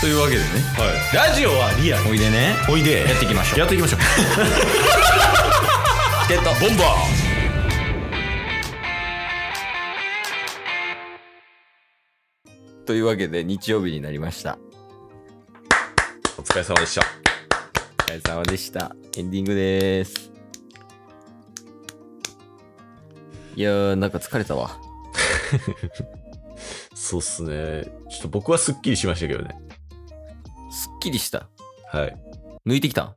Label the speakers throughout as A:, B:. A: というわけでね
B: ラジオはリアル
A: おいでね
B: おいで
A: やっていきましょう
B: やっていきましょう
A: チケットボンバーというわけで日曜日になりました
B: お疲れ様でした
A: お疲れ様でしたエンディングですいやーなんか疲れたわ
B: そうっすねちょっと僕はすっきりしましたけどね
A: すっきりした
B: はい
A: 抜いてきた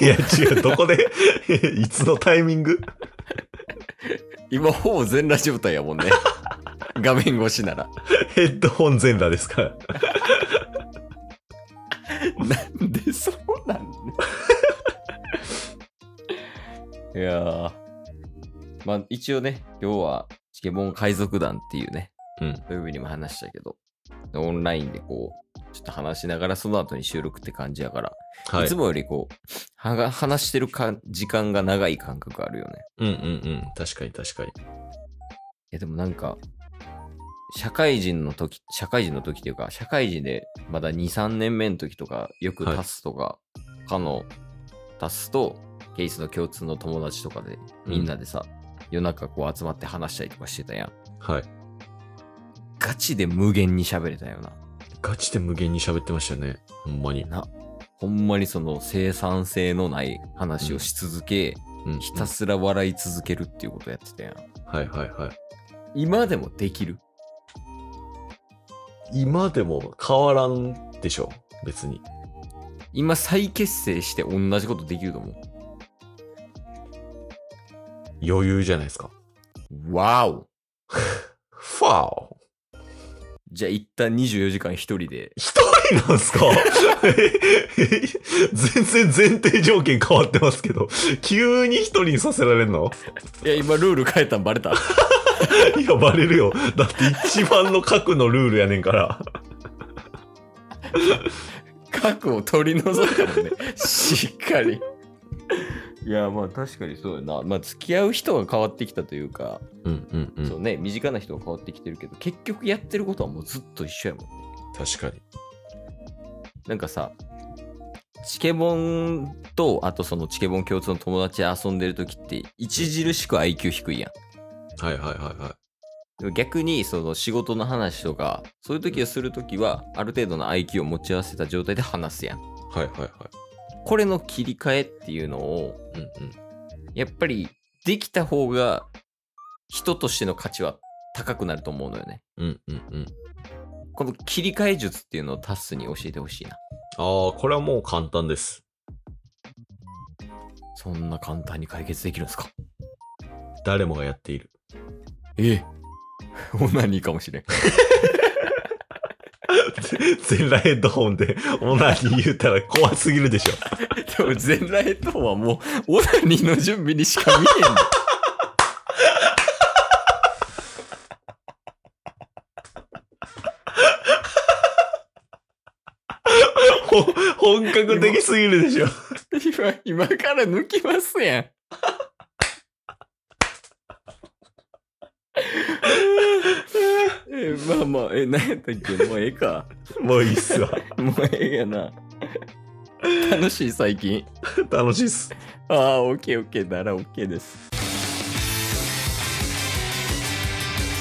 B: いや違うどこで いつのタイミング
A: 今ほぼ全裸状態やも んね画面越しなら
B: ヘッドホン全裸ですから
A: なんでそうなんね いやーまあ一応ね今日はチケボン海賊団っていうね
B: うん
A: 土曜日にも話したけどオンラインでこうちょっと話しながらその後に収録って感じやから、、
B: はいい
A: つもよりこうはが話してるか時間が長い感覚あるよね
B: うんうんうん確かに確かに
A: いやでもなんか社会人の時社会人の時っていうか社会人でまだ23年目の時とかよく
B: はい
A: タスとか、他のタスとケイスの共通の友達とかで
B: うん
A: みんなでさ、夜中こう集まって話したりとかしてたやん
B: はい
A: ガチで無限に喋れたよな
B: ガチで無限に喋ってましたねほんまに
A: なほんまにその生産性のない話をし続け、
B: うん
A: ひたすら笑い続けるっていうことやってたやん
B: はいはいはい
A: 今でもできる
B: 今でも変わらんでしょ別に
A: 今再結成して同じことできると思う
B: 余裕じゃないですか
A: わお
B: ファオ
A: じゃあ一旦24時間一人で。
B: 一人なんすか 全然前提条件変わってますけど、急に一人にさせられんの
A: いや、今ルール変えたんバレ た。
B: いや、バレるよ。だって一番の核のルールやねんから。
A: 核を取り除いたもんね。しっかり。いや、まあ確かにそうやな。まあ付き合う人が変わってきたというか、
B: うんうんう
A: そうね、身近な人が変わってきてるけど、結局やってることはもうずっと一緒やもんね。
B: 確かに。
A: なんかさ、チケボンと、あとそのチケボン共通の友達で遊んでる時って、著しく IQ 低いやん。
B: はいはいはいは
A: でも逆にその仕事の話とかそういう時をする時はある程度の IQ を持ち合わせた状態で話すやん
B: い。はいはいはい。
A: これの切り替えっていうのを
B: うんうん。
A: やっぱりできた方が人としての価値は高くなると思うのよね
B: うんうんうん。
A: この切り替え術っていうのをタッスに教えてほしいな
B: ああ、これはもう簡単です。
A: そんな簡単に解決できるんですか
B: 誰もがやっている。
A: ええオナニーかもしれん
B: 全裸ヘッドホンでオナニー言うたら怖すぎるでしょ。
A: でも全裸ヘッドはもうオナニーの準備にしか見えんの
B: ほ本格的すぎるでしょ。
A: 今今から抜きますやん えまあまあえ何やったっけもうええか
B: もういいっすわ。
A: もうええやな。楽しい最近。
B: 楽しいっす。
A: ああ、オッケーオッケーならオッケーです。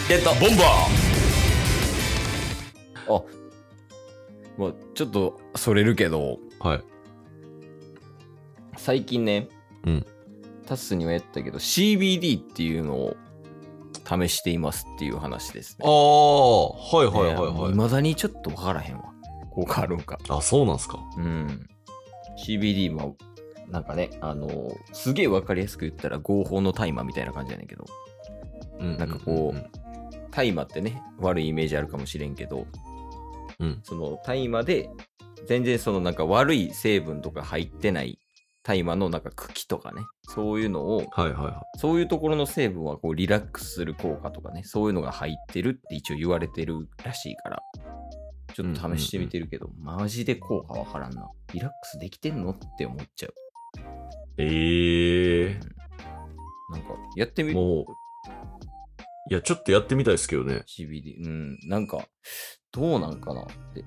A: ゲットボンバーあ、まあちょっとそれるけど、
B: はい。
A: 最近ね、
B: うん
A: タスにはやったけど、CBD っていうのを試していますっていう話です
B: あ
A: ね。
B: あ、はいはいはいはい。
A: まだにちょっとわからへんわ。効果あるんか。
B: あ、そうなんすか。
A: うん。CBD も、なんかね、あのーすげえわかりやすく言ったら合法の大麻みたいな感じやねんけど、
B: うん
A: なんかこう大麻ってね、悪いイメージあるかもしれんけど、
B: うん
A: その大麻で、全然そのなんか悪い成分とか入ってない大麻のなんか茎とかね、そういうのを、
B: はいはいは
A: そういうところの成分はこうリラックスする効果とかね、そういうのが入ってるって一応言われてるらしいから、ちょっと試してみてるけど、マジで効果わからんな。リラックスできてんのって思っちゃう。
B: い。ええ
A: なんか、やってみる
B: もう、いや、ちょっとやってみたいですけどね。
A: ?CBD。うん、なんか、どうなんかなって。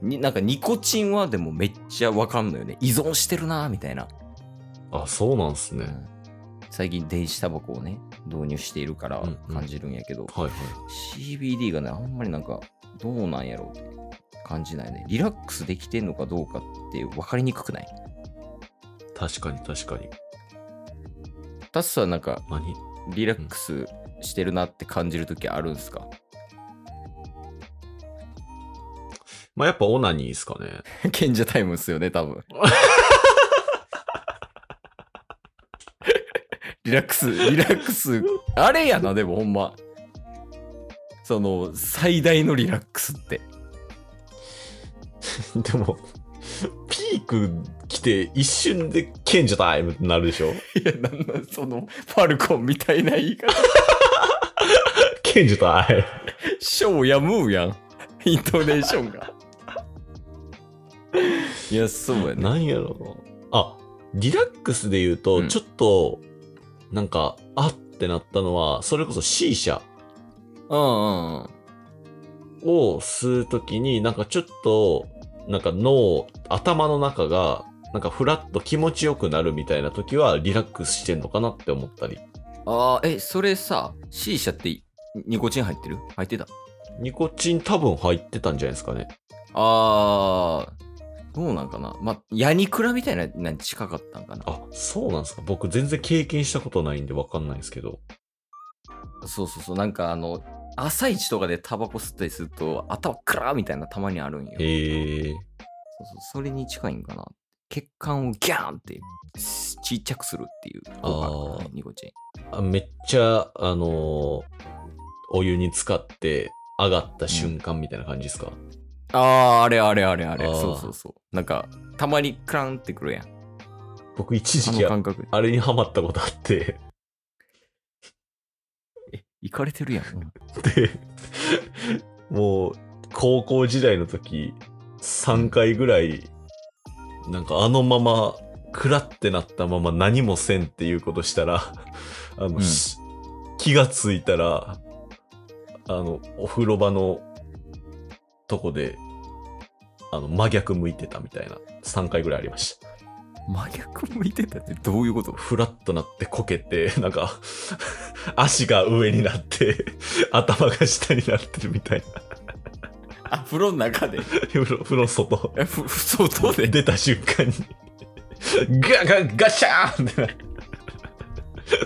A: になんかニコチンはでもめっちゃわかんのよね。依存してるなーみたいな。
B: あ、そうなんす
A: う
B: ね。
A: ん最近電子タバコをね、導入しているから
B: うんうん
A: 感じるんやけど、
B: はいはい。
A: CBD がね、あんまりなんかどうなんやろうって感じないね。リラックスできてんのかどうかって分かりにくくない
B: 確かに確かに。
A: タスはなんか
B: 何
A: リラックスしてるなって感じるときあるんすか
B: まあ、やっぱオナニーですかね。
A: 賢者タイムっすよね、多分。リラックス、リラックス、あれやな、でもほんま。その、最大のリラックスって。
B: でも、ピーク来て一瞬で賢者タイムってなるでしょ
A: いや、なんなん、その、ファルコンみたいな言い方。
B: 賢者タイム。
A: ショーやむうやん。イントネーションが。いや、そうやね。
B: 何やろうな。あ、リラックスで言うと、
A: うん
B: ちょっと、なんか、あってなったのは、それこそ C 社
A: うんうんうん。
B: を吸うときに、なんかちょっと、なんか脳、頭の中が、なんかフラッと気持ちよくなるみたいな時はリラックスしてんのかなって思ったり。
A: ああ、え、それさ、C 社ってニコチン入ってる入ってた
B: ニコチン多分入ってたんじゃないですかね。
A: ああ、どうなんかな。まあ、ヤニクラみたいなのに近かったんかな。
B: あ、そうなんですか。僕全然経験したことないんでわかんないんですけど。
A: そうそうそう、なんかあの、朝一とかでタバコ吸ったりすると、頭クラーみたいなのたまにあるんよ。そう
B: へえ。
A: そうそれに近いんかな。血管をギャーンってちっちゃくするっていう効果あるからね
B: あー
A: ニコチン。
B: あめっちゃ、あのーお湯に浸かって上がった瞬間みたいな感じですか、
A: ああ、あれあれあれあれ。
B: あー
A: そうそうそう。なんか、たまにクランってくるやん。あ
B: 僕一時期
A: の
B: あ
A: 感覚。
B: あれにハマったことあって、
A: え、いかれてるやん。
B: で、もう高校時代の時、3回ぐらい、なんかあのまま、くらってなったまま何もせんっていうことしたら、あの、
A: うん
B: し気がついたら、あの、お風呂場のとこで、あの、真逆向いてたみたいな、3回ぐらいありました。
A: 真逆向いてたってどういうこと
B: フラッとなってこけて、なんか、足が上になって、頭が下になってるみたいな。
A: あ、風呂の中で。
B: 風呂、風呂外。
A: え、ふ、ふ外で。
B: 出た瞬間に、ガガガッシャーンってなる。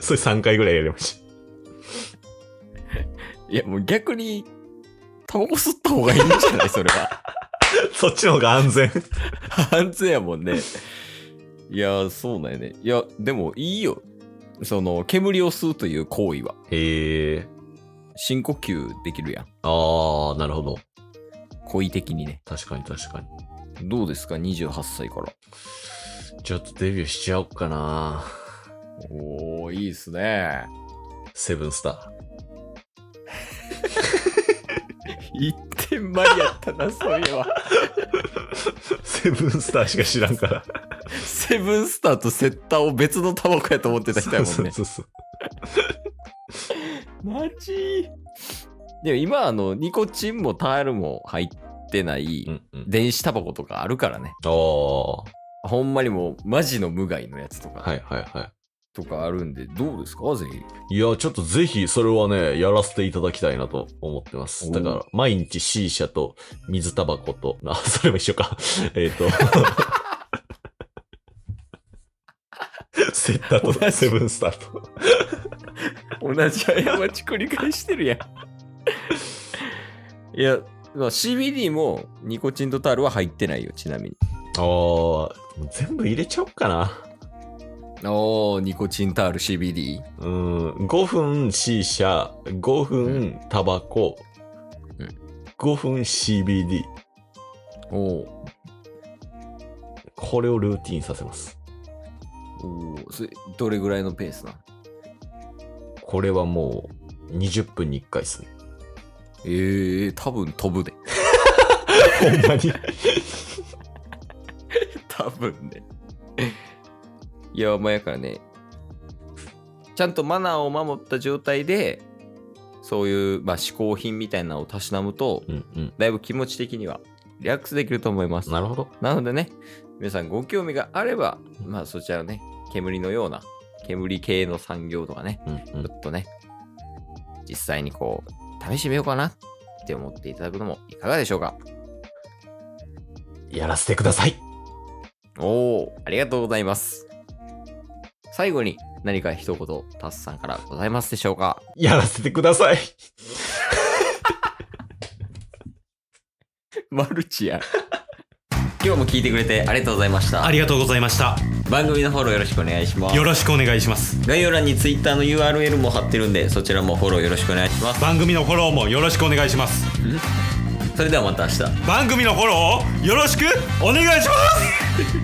B: それ3回ぐらいやりまし
A: いや、もう逆に、タバコ吸った方がいいんじゃないそれは。
B: た。そっちの方が安全。
A: 安全やもんね。いや、そうなんやね。いや、でもいいよ。その、煙を吸うという行為は。
B: へえ。
A: 深呼吸できるやん。
B: あー、なるほど。
A: 故意的にね。
B: 確かに確かに。
A: どうですか ?28 歳から。
B: ちょっとデビューしちゃおうかな。
A: おー、いいっすね。
B: セブンスター。
A: 一点前やったな、そういえば。
B: セブンスターしか知らん から。
A: セブンスターとセッターを別のタバコやと思ってた人やもんね。
B: そうそうそう。
A: マジでも今、あの、ニコチンもタールも入ってない、
B: うんうん。
A: 電子タバコとかあるからね。
B: あー。
A: ほんまにもう、マジの無害のやつとか、
B: はいはいはい。
A: とかあるんで、どうですかぜひ。
B: いや、ちょっとぜひそれはね、やらせていただきたいなと思ってます。だから、毎日 C 社と水タバコと、 あ、それも一緒か。えっ、と。セッターとセブンスターと。
A: 同じ過ち繰り返してるやん。 いや、まあ、CBD もニコチンとタールは入ってないよ、ちなみに。
B: ああ、全部入れちゃおっかな。
A: おー、ニコチンタール CBD。
B: うん、5分 C 社、5分タバコ、
A: うん
B: 5分 CBD。
A: おー
B: これをルーティンさせます。
A: おーそれどれぐらいのペースなの
B: これはもう20分に1回ですね。
A: えー、多分飛ぶで。
B: ほんまに。
A: 多分ね。いや、まあやからね、ちゃんとマナーを守った状態で、そういう、まあ、嗜好品みたいなのをたしなむと、
B: うんうん。
A: だいぶ気持ち的にはリラックスできると思います。
B: なるほど。
A: なのでね、皆さんご興味があれば、まあそちらのね、煙のような、煙系の産業とかね、
B: うんうん
A: ちょっとね、実際にこう、試してみようかなって思っていただくのもいかがでしょうか。
B: やらせてください。
A: おお、ありがとうございます。最後に何か一言、タスさんからございますでしょ うか。
B: やらせてください。
A: マルチや。 今日も聞いてくれてありがとうございました
C: あ。りがとうございました。
A: 番組のフォローよろしくお願いします
C: よ。ろしくお願いします。
A: 概要欄に Twitter の URL も貼ってるんで、そちらもフォローよろしくお願いします。
C: 番組のフォローもよろしくお願いします。
A: それではまた明日。
C: 番組のフォローをよろしくお願いします